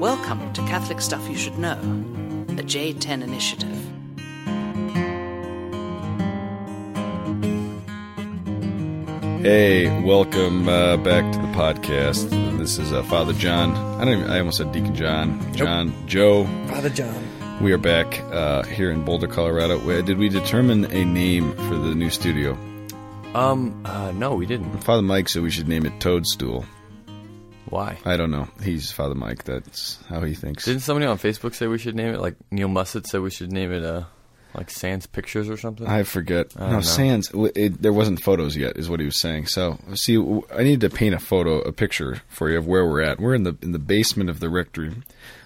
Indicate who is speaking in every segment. Speaker 1: Welcome to Catholic Stuff You Should Know, the J10 Initiative.
Speaker 2: Hey, welcome uh, back to the podcast. This is uh, Father John. I don't even, I almost said Deacon John. John, Joe.
Speaker 3: Father John.
Speaker 2: We are back uh, here in Boulder, Colorado. Where, did we determine a name for the new studio?
Speaker 4: Um, uh, no, we didn't.
Speaker 2: Father Mike said we should name it Toadstool.
Speaker 4: Why?
Speaker 2: I don't know. He's Father Mike. That's how he thinks.
Speaker 4: Didn't somebody on Facebook say we should name it? Like Neil Mussett said we should name it, uh, like Sans Pictures or something?
Speaker 2: I forget.
Speaker 4: don't
Speaker 2: no,
Speaker 4: know.
Speaker 2: Sands. w- It, there wasn't photos yet, is what he was saying. So, see, w- I need to paint a photo, a picture for you of where we're at. We're in the in the basement of the rectory,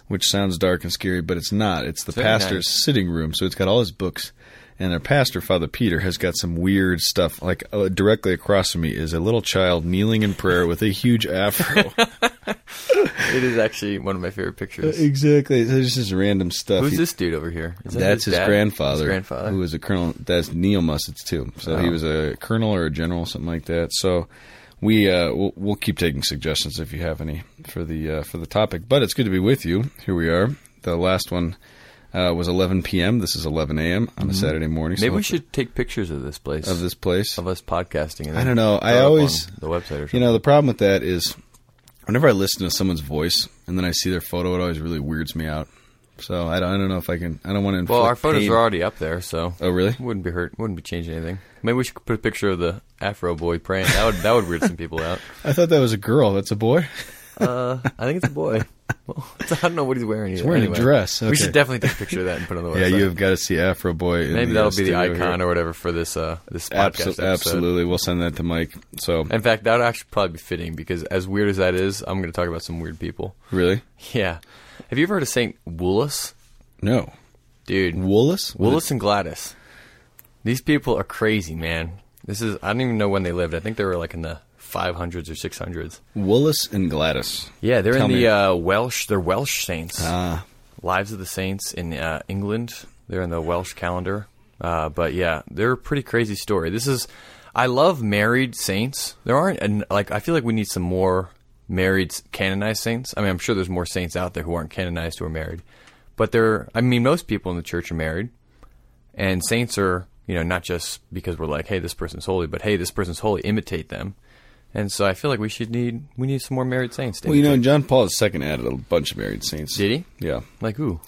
Speaker 2: which sounds dark and scary, but it's not. It's the
Speaker 4: Very
Speaker 2: pastor's
Speaker 4: nice.
Speaker 2: sitting room. So it's got all his books, and their pastor, Father Peter, has got some weird stuff. Like uh, directly across from me is a little child kneeling in prayer with a huge afro.
Speaker 4: it is actually one of my favorite pictures.
Speaker 2: exactly. So This is random stuff.
Speaker 4: Who's
Speaker 2: He-
Speaker 4: this dude over here? Is that
Speaker 2: That's his
Speaker 4: dad?
Speaker 2: grandfather,
Speaker 4: His grandfather.
Speaker 2: who was a colonel. That's Neil Musset's too. So he
Speaker 4: Oh.
Speaker 2: was a colonel or a general, something like that. So we uh, we'll, we'll keep taking suggestions if you have any for the uh, for the topic. But it's good to be with you. Here we are. The last one uh, was 11 p.m. This is 11 a.m. on a Saturday morning. so
Speaker 4: Mm-hmm. Maybe we
Speaker 2: let's-
Speaker 4: should take pictures of this place
Speaker 2: of this place.
Speaker 4: of us podcasting. And
Speaker 2: I don't
Speaker 4: then
Speaker 2: know. I
Speaker 4: throw it up
Speaker 2: always-
Speaker 4: on the website or something.
Speaker 2: You know, the problem with that is whenever I listen to someone's voice and then I see their photo, it always really weirds me out. So I don't, I don't know if I can. I don't want to.
Speaker 4: well, our photos
Speaker 2: pain.
Speaker 4: are already up there, so
Speaker 2: Oh, really?
Speaker 4: wouldn't be hurt. Wouldn't be changing anything. Maybe we should put a picture of the Afro boy praying. That would that would weird some people out.
Speaker 2: I thought that was a girl. That's a boy.
Speaker 4: Uh, I think it's a boy. Well, I don't know what he's wearing. He's
Speaker 2: wearing a dress,
Speaker 4: We
Speaker 2: okay.
Speaker 4: should definitely take a picture of that and put it on the
Speaker 2: Yeah,
Speaker 4: website.
Speaker 2: you have got to see Afro Boy. in
Speaker 4: Maybe
Speaker 2: the, uh,
Speaker 4: that'll be the
Speaker 2: studio
Speaker 4: icon
Speaker 2: here.
Speaker 4: or whatever for this uh this
Speaker 2: Abso-
Speaker 4: podcast episode.
Speaker 2: absolutely, we'll send that to Mike. So
Speaker 4: In fact, that would actually probably be fitting because as weird as that is, I'm going to talk about some weird people.
Speaker 2: really,
Speaker 4: Yeah. Have you ever heard of Saint Woolas?
Speaker 2: no
Speaker 4: Dude,
Speaker 2: Woolus.
Speaker 4: Woolas and Gladys. These people are crazy, man. This is I don't even know when they lived. I think they were like in the 500s or 600s.
Speaker 2: Woolus and Gladys.
Speaker 4: Yeah, they're
Speaker 2: Tell
Speaker 4: in
Speaker 2: me.
Speaker 4: the uh, Welsh. They're Welsh saints.
Speaker 2: Ah.
Speaker 4: Lives of the Saints in uh, England. They're in the Welsh calendar. Uh, but yeah, they're a pretty crazy story. This is, I love married saints. There aren't an, like I feel like we need some more married s- canonized saints. I mean, I'm sure there's more saints out there who aren't canonized who are married, but they're. I mean, most people in the church are married, and saints are you know not just because we're like, hey, this person's holy, but hey, this person's holy. Imitate them. And so I feel like we should need we need some more married saints. to
Speaker 2: Well, you know,
Speaker 4: imitate.
Speaker 2: John Paul II added a bunch of married saints.
Speaker 4: Did he?
Speaker 2: Yeah,
Speaker 4: like who?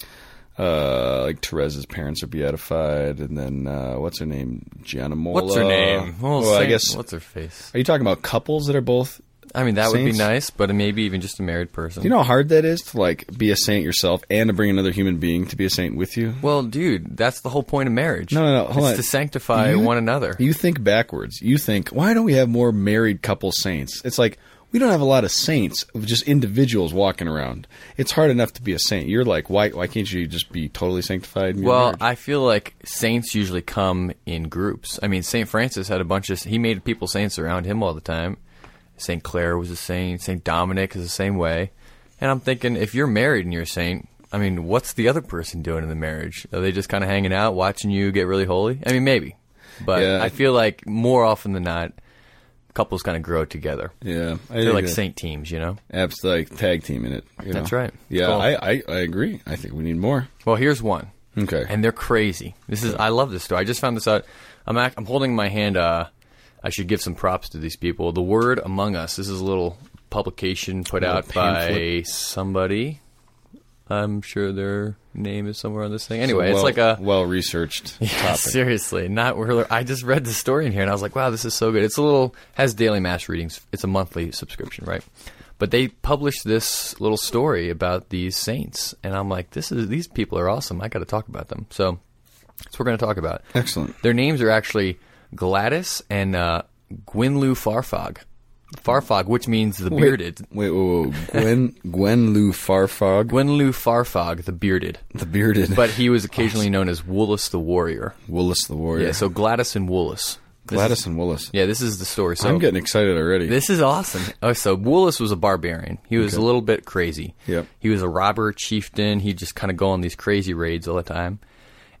Speaker 2: uh, like Therese's parents are beatified, and then uh, what's her name? Giannamola.
Speaker 4: What's her name?
Speaker 2: Well, I
Speaker 4: Saint-
Speaker 2: guess.
Speaker 4: what's her face?
Speaker 2: Are you talking about couples that are both?
Speaker 4: I mean, that would
Speaker 2: Saints?
Speaker 4: be nice, but maybe even just a married person.
Speaker 2: Do you know how hard that is to like be a saint yourself and to bring another human being to be a saint with you?
Speaker 4: well, dude, that's the whole point of marriage.
Speaker 2: No, no, no, hold
Speaker 4: it's
Speaker 2: on.
Speaker 4: to sanctify
Speaker 2: You-
Speaker 4: one another.
Speaker 2: You think backwards. You think, why don't we have more married couple saints? It's like we don't have a lot of saints of just individuals walking around. It's hard enough to be a saint. You're like, why? Why can't you just be totally sanctified? in your
Speaker 4: well,
Speaker 2: marriage?
Speaker 4: I feel like saints usually come in groups. I mean, Saint Francis had a bunch of he made people saints around him all the time. Saint Clair was a saint. Saint Dominic is the same way. And I'm thinking, if you're married and you're a saint, I mean, what's the other person doing in the marriage? Are they just kind of hanging out, watching you get really holy? I mean, maybe, but
Speaker 2: Yeah.
Speaker 4: I feel like more often than not, couples kind of grow together.
Speaker 2: yeah, I
Speaker 4: They're like
Speaker 2: agree.
Speaker 4: saint teams, you know.
Speaker 2: Abs like tag team in it. you
Speaker 4: That's
Speaker 2: know?
Speaker 4: right.
Speaker 2: Yeah,
Speaker 4: Cool.
Speaker 2: I, I I agree. I think we need more.
Speaker 4: Well, here's one.
Speaker 2: Okay.
Speaker 4: And they're crazy. This is I love this story. I just found this out. I'm ac- I'm holding my hand. Uh, I should give some props to these people. The Word Among Us. This is a little publication put
Speaker 2: Little
Speaker 4: out by
Speaker 2: pamphlet.
Speaker 4: somebody. I'm sure their name is somewhere on this thing. Anyway,
Speaker 2: well,
Speaker 4: it's like a
Speaker 2: well researched topic.
Speaker 4: Seriously, not really. I just read the story in here and I was like, wow, this is so good. It's a little has daily mass readings. It's a monthly subscription, right? But they published this little story about these saints, and I'm like, this is these people are awesome. I got to talk about them. So that's what we're going to talk about.
Speaker 2: Excellent.
Speaker 4: Their names are actually Gladys and uh, Gwynlu Farfog. Farfog, which means the bearded.
Speaker 2: Wait, whoa, whoa. Gwen Gwen Lou Farfog,
Speaker 4: Gwynlu Farfog, the bearded.
Speaker 2: the bearded,
Speaker 4: But he was occasionally known as Woolas the Warrior.
Speaker 2: Willis the warrior.
Speaker 4: Yeah, so Gladys and Woolas. This is-
Speaker 2: Gladys and Willis.
Speaker 4: Yeah, this is the story. So
Speaker 2: I'm getting excited already.
Speaker 4: this is awesome. Oh, so Woolis was a barbarian. He was a little bit crazy.
Speaker 2: Yep.
Speaker 4: He was a robber chieftain. He'd just kind of go on these crazy raids all the time.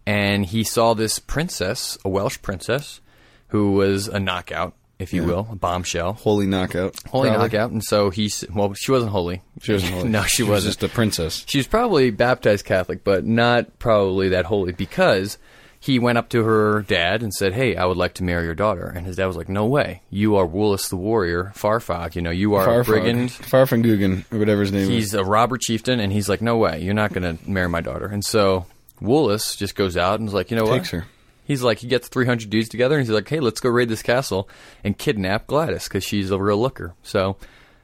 Speaker 4: And he saw this princess, a Welsh princess, who was a knockout, if you will, a bombshell,
Speaker 2: Holy knockout.
Speaker 4: holy
Speaker 2: Probably.
Speaker 4: knockout. And so he, s- well, she wasn't holy.
Speaker 2: She wasn't holy.
Speaker 4: no, she,
Speaker 2: was
Speaker 4: wasn't.
Speaker 2: just a princess.
Speaker 4: She was probably baptized Catholic, but not probably that holy because he went up to her dad and said, "Hey, I would like to marry your daughter." And his dad was like, "No way! You are Woolis the warrior, Farfog. You know, you are a
Speaker 2: Far
Speaker 4: brigand.
Speaker 2: from Guggen, or whatever his name is.
Speaker 4: He's a robber chieftain." And he's like, "No way! You're not going to marry my daughter." And so Woolis just goes out and is like, "You know
Speaker 2: Takes
Speaker 4: what?"
Speaker 2: her.
Speaker 4: He's like, he gets 300 dudes together and he's like, "Hey, let's go raid this castle and kidnap Gladys because she's a real looker." So.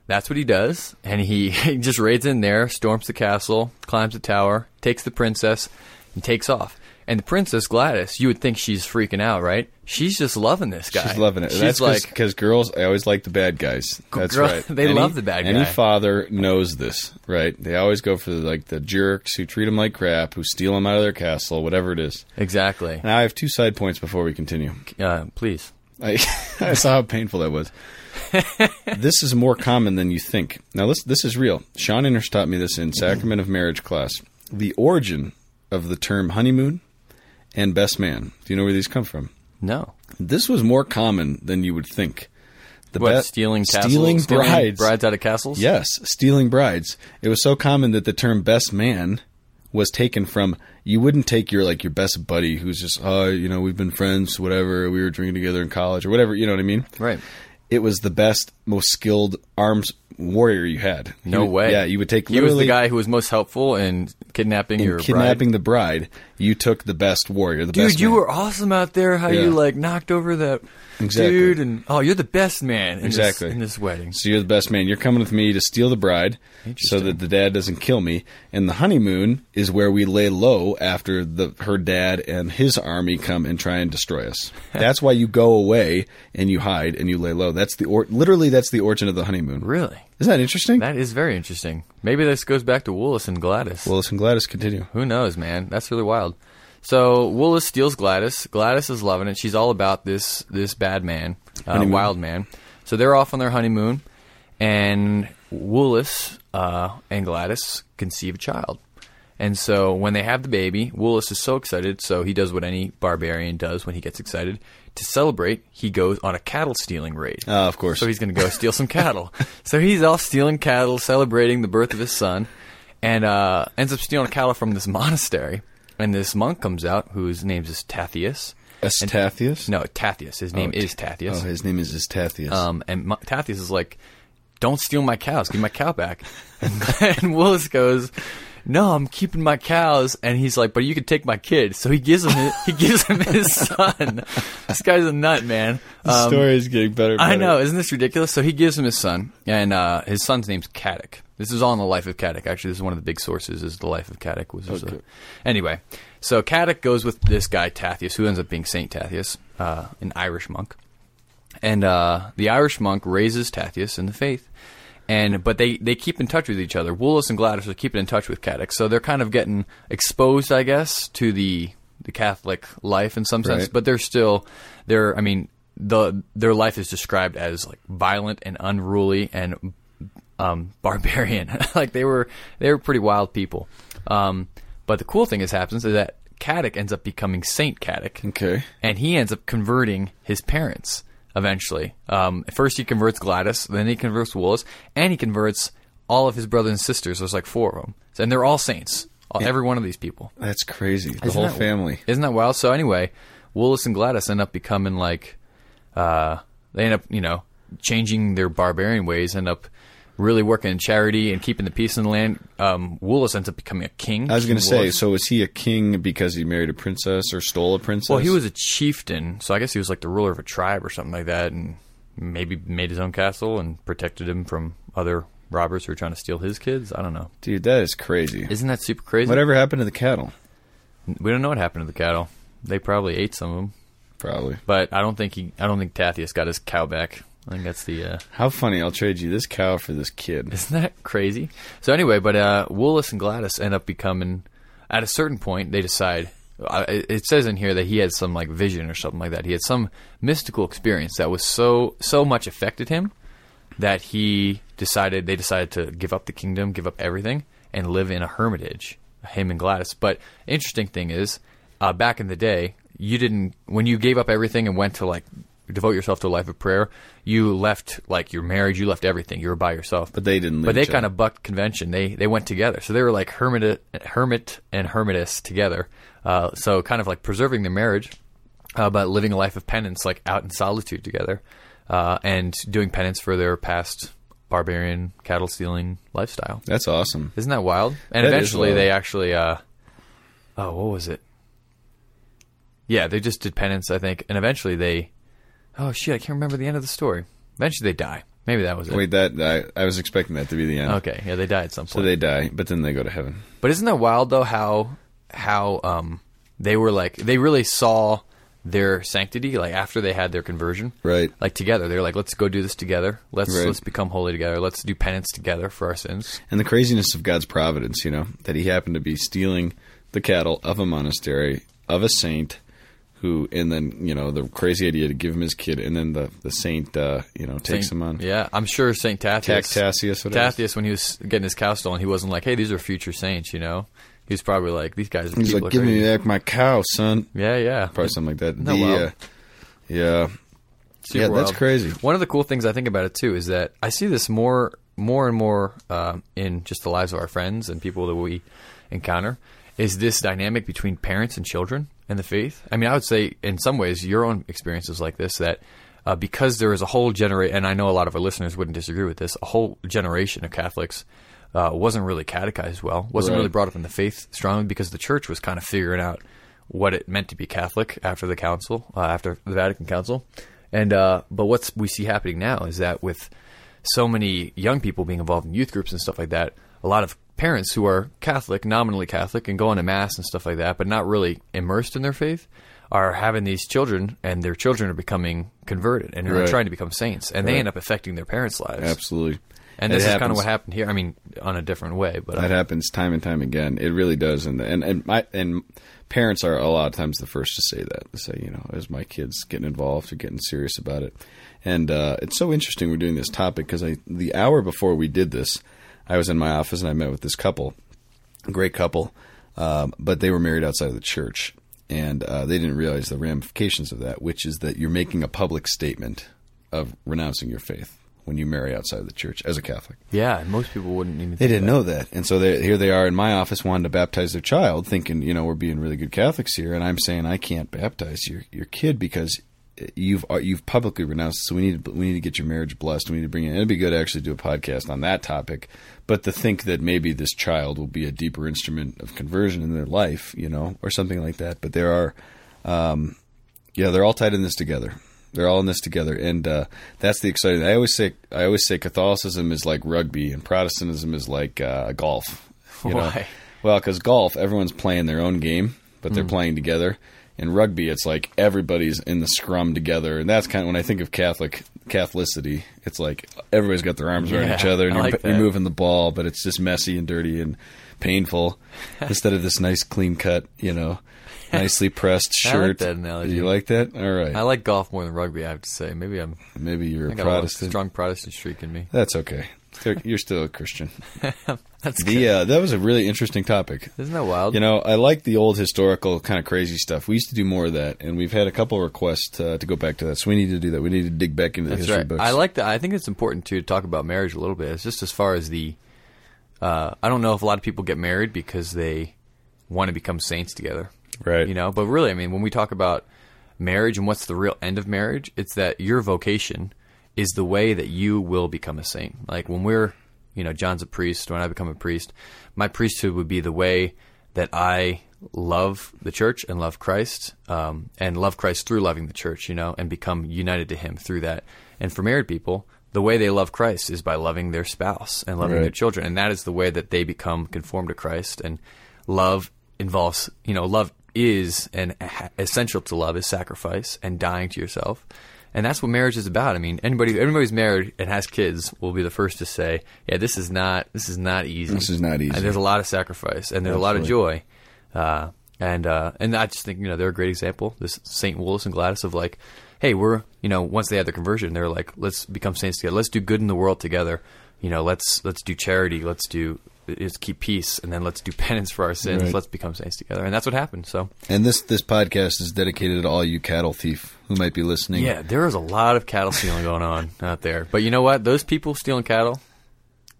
Speaker 4: That's what he does, and he, he just raids in there, storms the castle, climbs the tower, takes the princess, and takes off. And the princess Gladys, you would think she's freaking out, right? She's just loving this guy.
Speaker 2: She's loving it.
Speaker 4: She's
Speaker 2: That's
Speaker 4: like,
Speaker 2: because girls, I always like the bad guys. That's
Speaker 4: Girl-
Speaker 2: right.
Speaker 4: they love the bad
Speaker 2: Any
Speaker 4: guy.
Speaker 2: father knows this, right? They always go for the, like the jerks who treat them like crap, who steal them out of their castle, whatever it is.
Speaker 4: exactly.
Speaker 2: Now I have two side points before we continue.
Speaker 4: Uh, please.
Speaker 2: I, I saw how painful that was. this is more common than you think. Now, this this is real. Sean Inners taught me this in Sacrament of Marriage class. The origin of the term honeymoon and best man. Do you know where these come from?
Speaker 4: No.
Speaker 2: This was more common than you would think. The
Speaker 4: What,
Speaker 2: be-
Speaker 4: stealing castles?
Speaker 2: stealing
Speaker 4: stealing
Speaker 2: brides.
Speaker 4: brides out of castles?
Speaker 2: Yes, stealing brides. It was so common that the term best man was taken from you wouldn't take your like your best buddy who's just uh you know we've been friends whatever we were drinking together in college or whatever you know what I mean
Speaker 4: Right.
Speaker 2: it was the best, most skilled arms warrior you had. He
Speaker 4: No
Speaker 2: would-
Speaker 4: way.
Speaker 2: Yeah, you would take
Speaker 4: He was
Speaker 2: literally
Speaker 4: the guy who was most helpful in kidnapping your
Speaker 2: in
Speaker 4: bride.
Speaker 2: kidnapping the bride. You took the best warrior, the
Speaker 4: Dude,
Speaker 2: best
Speaker 4: you
Speaker 2: man.
Speaker 4: were awesome out there. How
Speaker 2: Yeah.
Speaker 4: you like knocked over that
Speaker 2: Exactly.
Speaker 4: dude, and oh, you're the best man. In
Speaker 2: Exactly.
Speaker 4: This, in this wedding.
Speaker 2: So you're the best man. You're coming with me to steal the bride, so
Speaker 4: Interesting.
Speaker 2: that the dad doesn't kill me. And the honeymoon is where we lay low after the her dad and his army come and try and destroy us. that's why you go away and you hide and you lay low. That's the or- literally that's the origin of the honeymoon.
Speaker 4: Really?
Speaker 2: Isn't that interesting?
Speaker 4: That is very interesting. Maybe this goes back to Woolis and Gladys.
Speaker 2: well, listen, Gladys, continue.
Speaker 4: Who knows, man? That's really wild. So Woolis steals Gladys. Gladys is loving it. She's all about this this bad man, uh,
Speaker 2: Honeymoon.
Speaker 4: wild man. So they're off on their honeymoon, and Woolis uh, and Gladys conceive a child. And so when they have the baby, Woolis is so excited. So he does what any barbarian does when he gets excited. To celebrate, he goes on a cattle stealing raid.
Speaker 2: Uh, of course.
Speaker 4: So he's going to go steal some cattle. So he's off stealing cattle, celebrating the birth of his son, and uh, ends up stealing cattle from this monastery. And this monk comes out, whose name is Tathius.
Speaker 2: Estathius?
Speaker 4: No, Tathius. His name
Speaker 2: Oh,
Speaker 4: is Tathius.
Speaker 2: Oh, his name is Estathius.
Speaker 4: Um, and Mo- Tathius is like, "Don't steal my cows. Give my cow back." and Willis goes, "No, I'm keeping my cows." And he's like, "But you could take my kid." So he gives him his, he gives him his son. This guy's a nut, man.
Speaker 2: the
Speaker 4: Um,
Speaker 2: story is getting better. and
Speaker 4: I
Speaker 2: better.
Speaker 4: know, isn't this ridiculous? So he gives him his son, and uh, his son's name's Caddick. This is all in the life of Caddick. Actually, this is one of the big sources. Is the life of Caddick was just a- anyway. So Caddick goes with this guy Tathius, who ends up being Saint Tathius, uh, an Irish monk, and uh, the Irish monk raises Tathius in the faith. And but they, they keep in touch with each other. Woolis and Gladys are keeping in touch with Caddick, so they're kind of getting exposed, I guess, to the the Catholic life in some sense.
Speaker 2: Right.
Speaker 4: But they're still they're I mean the their life is described as like violent and unruly and um, barbarian. like they were they were pretty wild people. Um, but the cool thing that happens is that Caddick ends up becoming Saint Caddick
Speaker 2: Okay.
Speaker 4: and he ends up converting his parents eventually. Um, first, he converts Gladys, then he converts Willis, and he converts all of his brothers and sisters. There's like four of them, and they're all saints. All, Every one of these people,
Speaker 2: That's crazy. The
Speaker 4: Isn't
Speaker 2: whole
Speaker 4: that-
Speaker 2: family.
Speaker 4: Isn't that wild? So anyway, Willis and Gladys end up becoming like, uh, they end up you know changing their barbarian ways, end up. Really working in charity and keeping the peace in the land. Um, Willis ends up becoming a king.
Speaker 2: I was going to
Speaker 4: King
Speaker 2: say,
Speaker 4: Willis.
Speaker 2: so was he a king because he married a princess or stole a princess?
Speaker 4: Well, he was a chieftain, so I guess he was like the ruler of a tribe or something like that, and maybe made his own castle and protected him from other robbers who were trying to steal his kids. I don't know.
Speaker 2: Dude, that is crazy.
Speaker 4: Isn't that super crazy?
Speaker 2: Whatever happened to the cattle?
Speaker 4: We don't know what happened to the cattle. They probably ate some of them,
Speaker 2: Probably.
Speaker 4: but I don't think he. I don't think Tathius got his cow back. I think that's the. Uh,
Speaker 2: How funny. I'll trade you this cow for this kid.
Speaker 4: Isn't that crazy? So anyway, but uh, Woolis and Gladys end up becoming. At a certain point, they decide. I- It it says in here that he had some like vision or something like that. He had some mystical experience that was so so much affected him that he decided they decided to give up the kingdom, give up everything, and live in a hermitage. Him and Gladys. But interesting thing is, uh, back in the day, you didn't when you gave up everything and went to like devote yourself to a life of prayer, you left like your marriage, you left everything. You were by yourself.
Speaker 2: But they didn't.
Speaker 4: but
Speaker 2: leave
Speaker 4: they
Speaker 2: each other.
Speaker 4: kind of bucked convention. They they went together, so they were like hermit hermit and hermitess together. Uh, so kind of like preserving their marriage, uh, but living a life of penance, like out in solitude together, uh, and doing penance for their past barbarian cattle stealing lifestyle.
Speaker 2: That's awesome.
Speaker 4: Isn't that wild? And
Speaker 2: That is
Speaker 4: eventually
Speaker 2: wild.
Speaker 4: they actually uh oh, what was it? Yeah, they just did penance, I think, and eventually they Oh shit, I can't remember the end of the story. Eventually they die. Maybe that was it.
Speaker 2: Wait, that I, I was expecting that to be the end.
Speaker 4: Okay, yeah, they die at some point.
Speaker 2: So they die, but then they go to heaven.
Speaker 4: But isn't that wild though? How how um they were like they really saw their sanctity like after they had their conversion,
Speaker 2: Right.
Speaker 4: Like together, they're like, let's go do this together. Let's
Speaker 2: Right.
Speaker 4: let's become holy together. Let's do penance together for our sins.
Speaker 2: And the craziness of God's providence, you know, that he happened to be stealing the cattle of a monastery, of a saint, who, and then, you know, the crazy idea to give him his kid, and then the, the saint, uh, you know, takes
Speaker 4: Saint-
Speaker 2: him on.
Speaker 4: Yeah, I'm sure Saint Tatius.
Speaker 2: Tatius, whatever.
Speaker 4: Tatius, when he was getting his cow stolen, he wasn't like, "Hey, these are future saints," you know. He was probably like, "These guys are
Speaker 2: He's
Speaker 4: people
Speaker 2: like,
Speaker 4: are
Speaker 2: give me
Speaker 4: crazy."
Speaker 2: back my cow, son.
Speaker 4: Yeah, yeah.
Speaker 2: Probably something like that.
Speaker 4: No,
Speaker 2: The,
Speaker 4: wow.
Speaker 2: uh, yeah.
Speaker 4: Super
Speaker 2: yeah, that's
Speaker 4: wild.
Speaker 2: crazy.
Speaker 4: One of the cool things I think about it too is that I see this more, more and more um, in just the lives of our friends and people that we encounter. Is this dynamic between parents and children and the faith? I mean, I would say in some ways your own experiences like this that. Uh, because there is a whole generation, and I know a lot of our listeners wouldn't disagree with this, a whole generation of Catholics uh, wasn't really catechized well, wasn't
Speaker 2: Right.
Speaker 4: really brought up in the faith strongly because the church was kind of figuring out what it meant to be Catholic after the council, uh, after the Vatican Council. And uh, but what's we see happening now is that with so many young people being involved in youth groups and stuff like that, a lot of parents who are Catholic, nominally Catholic, and going to mass and stuff like that, but not really immersed in their faith, are having these children, and their children are becoming converted and are
Speaker 2: Right.
Speaker 4: trying to become saints, and they end up affecting their parents' lives.
Speaker 2: Absolutely.
Speaker 4: And
Speaker 2: It
Speaker 4: this is kind of
Speaker 2: happens.
Speaker 4: what happened here. I mean, on a different way, but
Speaker 2: That happens time and time again. It really does, and and and my and parents are a lot of times the first to say that. To say, you know, is my kids getting involved or getting serious about it? And uh, it's so interesting we're doing this topic because I the hour before we did this, I was in my office and I met with this couple, a great couple, um, but they were married outside of the church, and uh, they didn't realize the ramifications of that, which is that you're making a public statement of renouncing your faith when you marry outside of the church as a Catholic.
Speaker 4: yeah, most people wouldn't even.
Speaker 2: They didn't know that, and so they, here they are in my office wanting to baptize their child, thinking you know we're being really good Catholics here, and I'm saying I can't baptize your your kid because you've uh, you've publicly renounced. So we need to, we need to get your marriage blessed. We need to bring in. It'd be good to actually do a podcast on that topic, but to think that maybe this child will be a deeper instrument of conversion in their life, you know, or something like that. But there are yeah, they're all tied in this together. They're all in this together, and uh, that's the exciting. I always say, I always say, Catholicism is like rugby, and Protestantism is like uh, golf. You know?
Speaker 4: Why?
Speaker 2: Well, because golf, everyone's playing their own game, but
Speaker 4: Mm.
Speaker 2: they're playing together. In rugby, it's like everybody's in the scrum together, and that's kind of when I think of Catholic Catholicity. It's like everybody's got their arms around
Speaker 4: Yeah,
Speaker 2: each other, and
Speaker 4: I
Speaker 2: you're,
Speaker 4: like
Speaker 2: you're
Speaker 4: that.
Speaker 2: moving the ball, but it's just messy and dirty and painful instead of this nice, clean cut, you know, nicely pressed
Speaker 4: I like
Speaker 2: shirt.
Speaker 4: that analogy.
Speaker 2: You like that? All right.
Speaker 4: I like golf more than rugby. I have to say, maybe I'm
Speaker 2: Maybe you're a
Speaker 4: I got a little
Speaker 2: Protestant.
Speaker 4: strong Protestant streak in me.
Speaker 2: That's okay. They're- You're still a Christian.
Speaker 4: That's good.
Speaker 2: The uh, that was a really interesting topic.
Speaker 4: Isn't that wild?
Speaker 2: You know, I like the old historical kind of crazy stuff. We used to do more of that, and we've had a couple requests uh, to go back to that. So we need to do that. We need to dig back into the
Speaker 4: That's
Speaker 2: history
Speaker 4: right.
Speaker 2: books.
Speaker 4: I like that. I think it's important too to talk about marriage a little bit. It's just as far as the. Uh, I don't know if a lot of people get married because they want to become saints together.
Speaker 2: Right.
Speaker 4: You know, but really, I mean, when we talk about marriage and what's the real end of marriage, it's that your vocation is the way that you will become a saint. Like when we're, you know, John's a priest, when I become a priest, my priesthood would be the way that I love the church and love Christ um, and love Christ through loving the church, you know, and become united to Him through that. And for married people, the way they love Christ is by loving their spouse and loving
Speaker 2: Right.
Speaker 4: their children. And that is the way that they become conformed to Christ. And love involves, you know, love is and ha- essential to love is sacrifice and dying to yourself. And that's what marriage is about. I mean, anybody, everybody's married and has kids will be the first to say, yeah, this is not, this is not easy.
Speaker 2: This is not easy.
Speaker 4: And there's a lot of sacrifice and there's a lot of joy. Uh, and, uh, and I just think, you know, they're a great example. This St. Willis and Gladys of like, Hey, we're, you know, once they had the conversion, they're like, let's become saints together. Let's do good in the world together. You know, let's, let's do charity. Let's do is keep peace, and then let's do penance for our sins.
Speaker 2: Right.
Speaker 4: Let's become saints together, and that's what happened. So
Speaker 2: And this this podcast is dedicated to all you cattle thief who might be listening.
Speaker 4: yeah, there is a lot of cattle stealing going on out there. But you know what? Those people stealing cattle,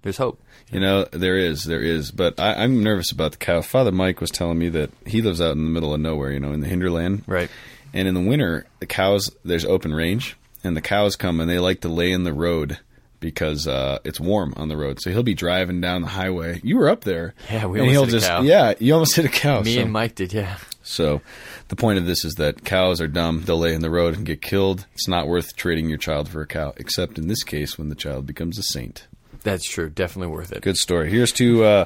Speaker 4: there's hope.
Speaker 2: You know, there is, there is. But I, I'm nervous about the cow. Father Mike was telling me that he lives out in the middle of nowhere, you know, in the hinterland.
Speaker 4: Right.
Speaker 2: And in the winter, the cows, there's open range, and the cows come and they like to lay in the road because uh, it's warm on the road. So he'll be driving down the highway. You were up there.
Speaker 4: Yeah, we
Speaker 2: and
Speaker 4: almost
Speaker 2: he'll
Speaker 4: hit a
Speaker 2: just,
Speaker 4: cow.
Speaker 2: Yeah, you almost hit a cow.
Speaker 4: Me
Speaker 2: so.
Speaker 4: and Mike did, yeah.
Speaker 2: So the point of this is that cows are dumb. They'll lay in the road and get killed. It's not worth trading your child for a cow, except in this case when the child becomes a saint.
Speaker 4: That's true. Definitely worth it.
Speaker 2: Good story. Here's to uh,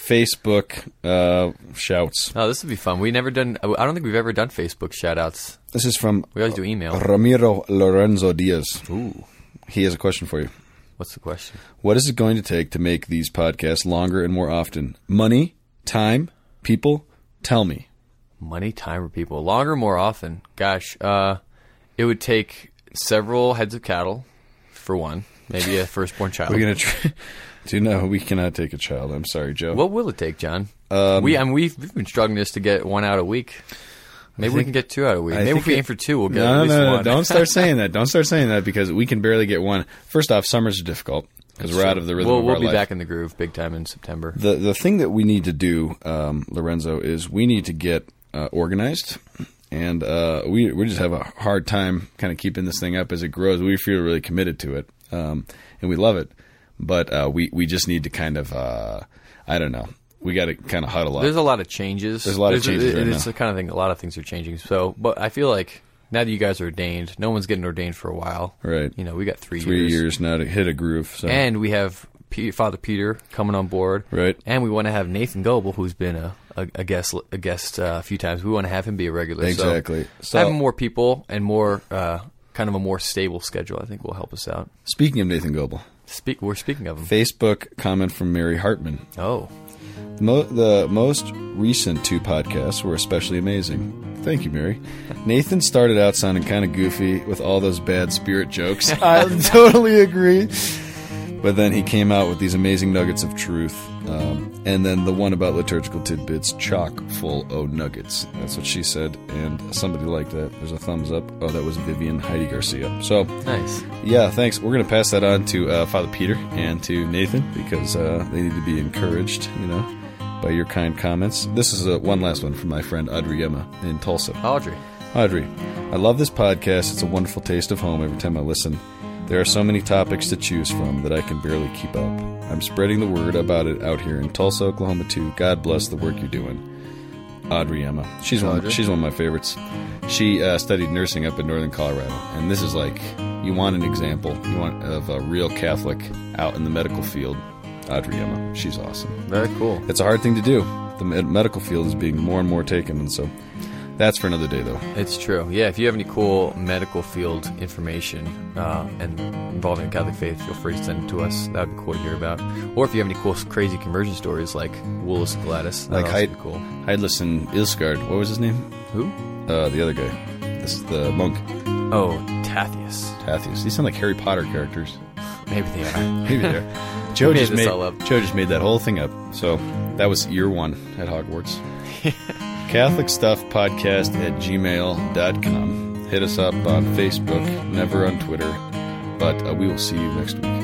Speaker 2: Facebook uh, shouts.
Speaker 4: Oh, this would be fun. We never done. I don't think we've ever done Facebook shout outs.
Speaker 2: This is from
Speaker 4: We always do email.
Speaker 2: Ramiro Lorenzo Diaz.
Speaker 4: Ooh,
Speaker 2: He has a question for you.
Speaker 4: what's the question?
Speaker 2: What is it going to take to make these podcasts longer and more often? Money, time, people? Tell me.
Speaker 4: Money, time, or people? Longer, more often? Gosh, uh, it would take several heads of cattle for one, maybe a firstborn child.
Speaker 2: We're gonna try. Do you know we cannot take a child? I'm sorry, Joe.
Speaker 4: what will it take, John?
Speaker 2: Um,
Speaker 4: we I mean, we've, we've been struggling this to get one out a week. Maybe we can get two out a week.
Speaker 2: I
Speaker 4: Maybe
Speaker 2: think
Speaker 4: if we
Speaker 2: it-
Speaker 4: aim for two, we'll get
Speaker 2: No,
Speaker 4: at least
Speaker 2: no, no,
Speaker 4: one.
Speaker 2: Don't start saying that. Don't start saying that because we can barely get one. First off, summers are difficult because we're out of the rhythm
Speaker 4: We'll,
Speaker 2: of
Speaker 4: we'll
Speaker 2: our
Speaker 4: be
Speaker 2: life.
Speaker 4: back in the groove big time in September.
Speaker 2: The the thing that we need to do, um, Lorenzo, is we need to get uh, organized, and uh, we we just have a hard time kind of keeping this thing up as it grows. We feel really committed to it, um, and we love it, but uh, we we just need to kind of uh, I don't know. We got to kind of huddle up.
Speaker 4: There's a lot of changes.
Speaker 2: There's a lot of changes right
Speaker 4: and it's
Speaker 2: now.
Speaker 4: the kind of thing. A lot of things are changing. So, but I feel like now that you guys are ordained, no one's getting ordained for a while.
Speaker 2: Right.
Speaker 4: You know, we got three,
Speaker 2: Three
Speaker 4: years.
Speaker 2: years now to hit a groove. So.
Speaker 4: and we have P- Father Peter coming on board.
Speaker 2: Right.
Speaker 4: And we want to have Nathan Goebel, who's been a, a, a guest a guest uh, a few times. We want to have him be a regular. So
Speaker 2: Exactly. So-
Speaker 4: having more people and more uh, kind of a more stable schedule, I think, will help us out.
Speaker 2: Speaking of Nathan Goebel,
Speaker 4: Speak. We're speaking of him.
Speaker 2: Facebook comment from Mary Hartman.
Speaker 4: oh,
Speaker 2: Mo- the most recent two podcasts were especially amazing. Thank you, Mary. Nathan started out sounding kind of goofy with all those bad spirit jokes. I totally agree. But then he came out with these amazing nuggets of truth. Um, and then the one about liturgical tidbits, chock full o nuggets. That's what she said. And somebody liked that. There's a thumbs up. Oh, that was Vivian Heidi Garcia. So,
Speaker 4: nice.
Speaker 2: yeah, thanks. We're going to pass that on to uh, Father Peter and to Nathan because uh, they need to be encouraged, you know, by your kind comments. This is uh one last one from my friend Audrey Emma in Tulsa.
Speaker 4: Audrey.
Speaker 2: Audrey, I love this podcast. It's a wonderful taste of home every time I listen. There are so many topics to choose from that I can barely keep up. I'm spreading the word about it out here in Tulsa, Oklahoma, too. God bless the work you're doing. Audrey Emma. She's one.
Speaker 4: Audrey.
Speaker 2: She's one of my favorites. She uh, studied nursing up in Northern Colorado, and this is like you want an example. You want of a real Catholic out in the medical field. Audrey Emma. She's awesome.
Speaker 4: Very cool.
Speaker 2: It's a hard thing to do. The med- medical field is being more and more taken, and so that's for another day, though.
Speaker 4: It's true. Yeah, if you have any cool medical field information uh, and involving the Catholic faith, feel free to send it to us. That would be cool to hear about. Or if you have any cool, crazy conversion stories like Willis Gladys, Oh, Uh, that
Speaker 2: Like
Speaker 4: would
Speaker 2: Heid-
Speaker 4: also be cool.
Speaker 2: Heidlison Ilsgaard. What was his name?
Speaker 4: Who?
Speaker 2: Uh, the other guy. This is the monk
Speaker 4: Oh, Tathius.
Speaker 2: Tathius. These sound like Harry Potter characters.
Speaker 4: Maybe they are.
Speaker 2: Maybe they're. Joe
Speaker 4: made
Speaker 2: just
Speaker 4: this
Speaker 2: made
Speaker 4: all up.
Speaker 2: Joe just made that whole thing up. So that was year one at Hogwarts. Catholic Stuff Podcast at gmail.com. Hit us up on Facebook, never on Twitter. But uh, we will see you next week.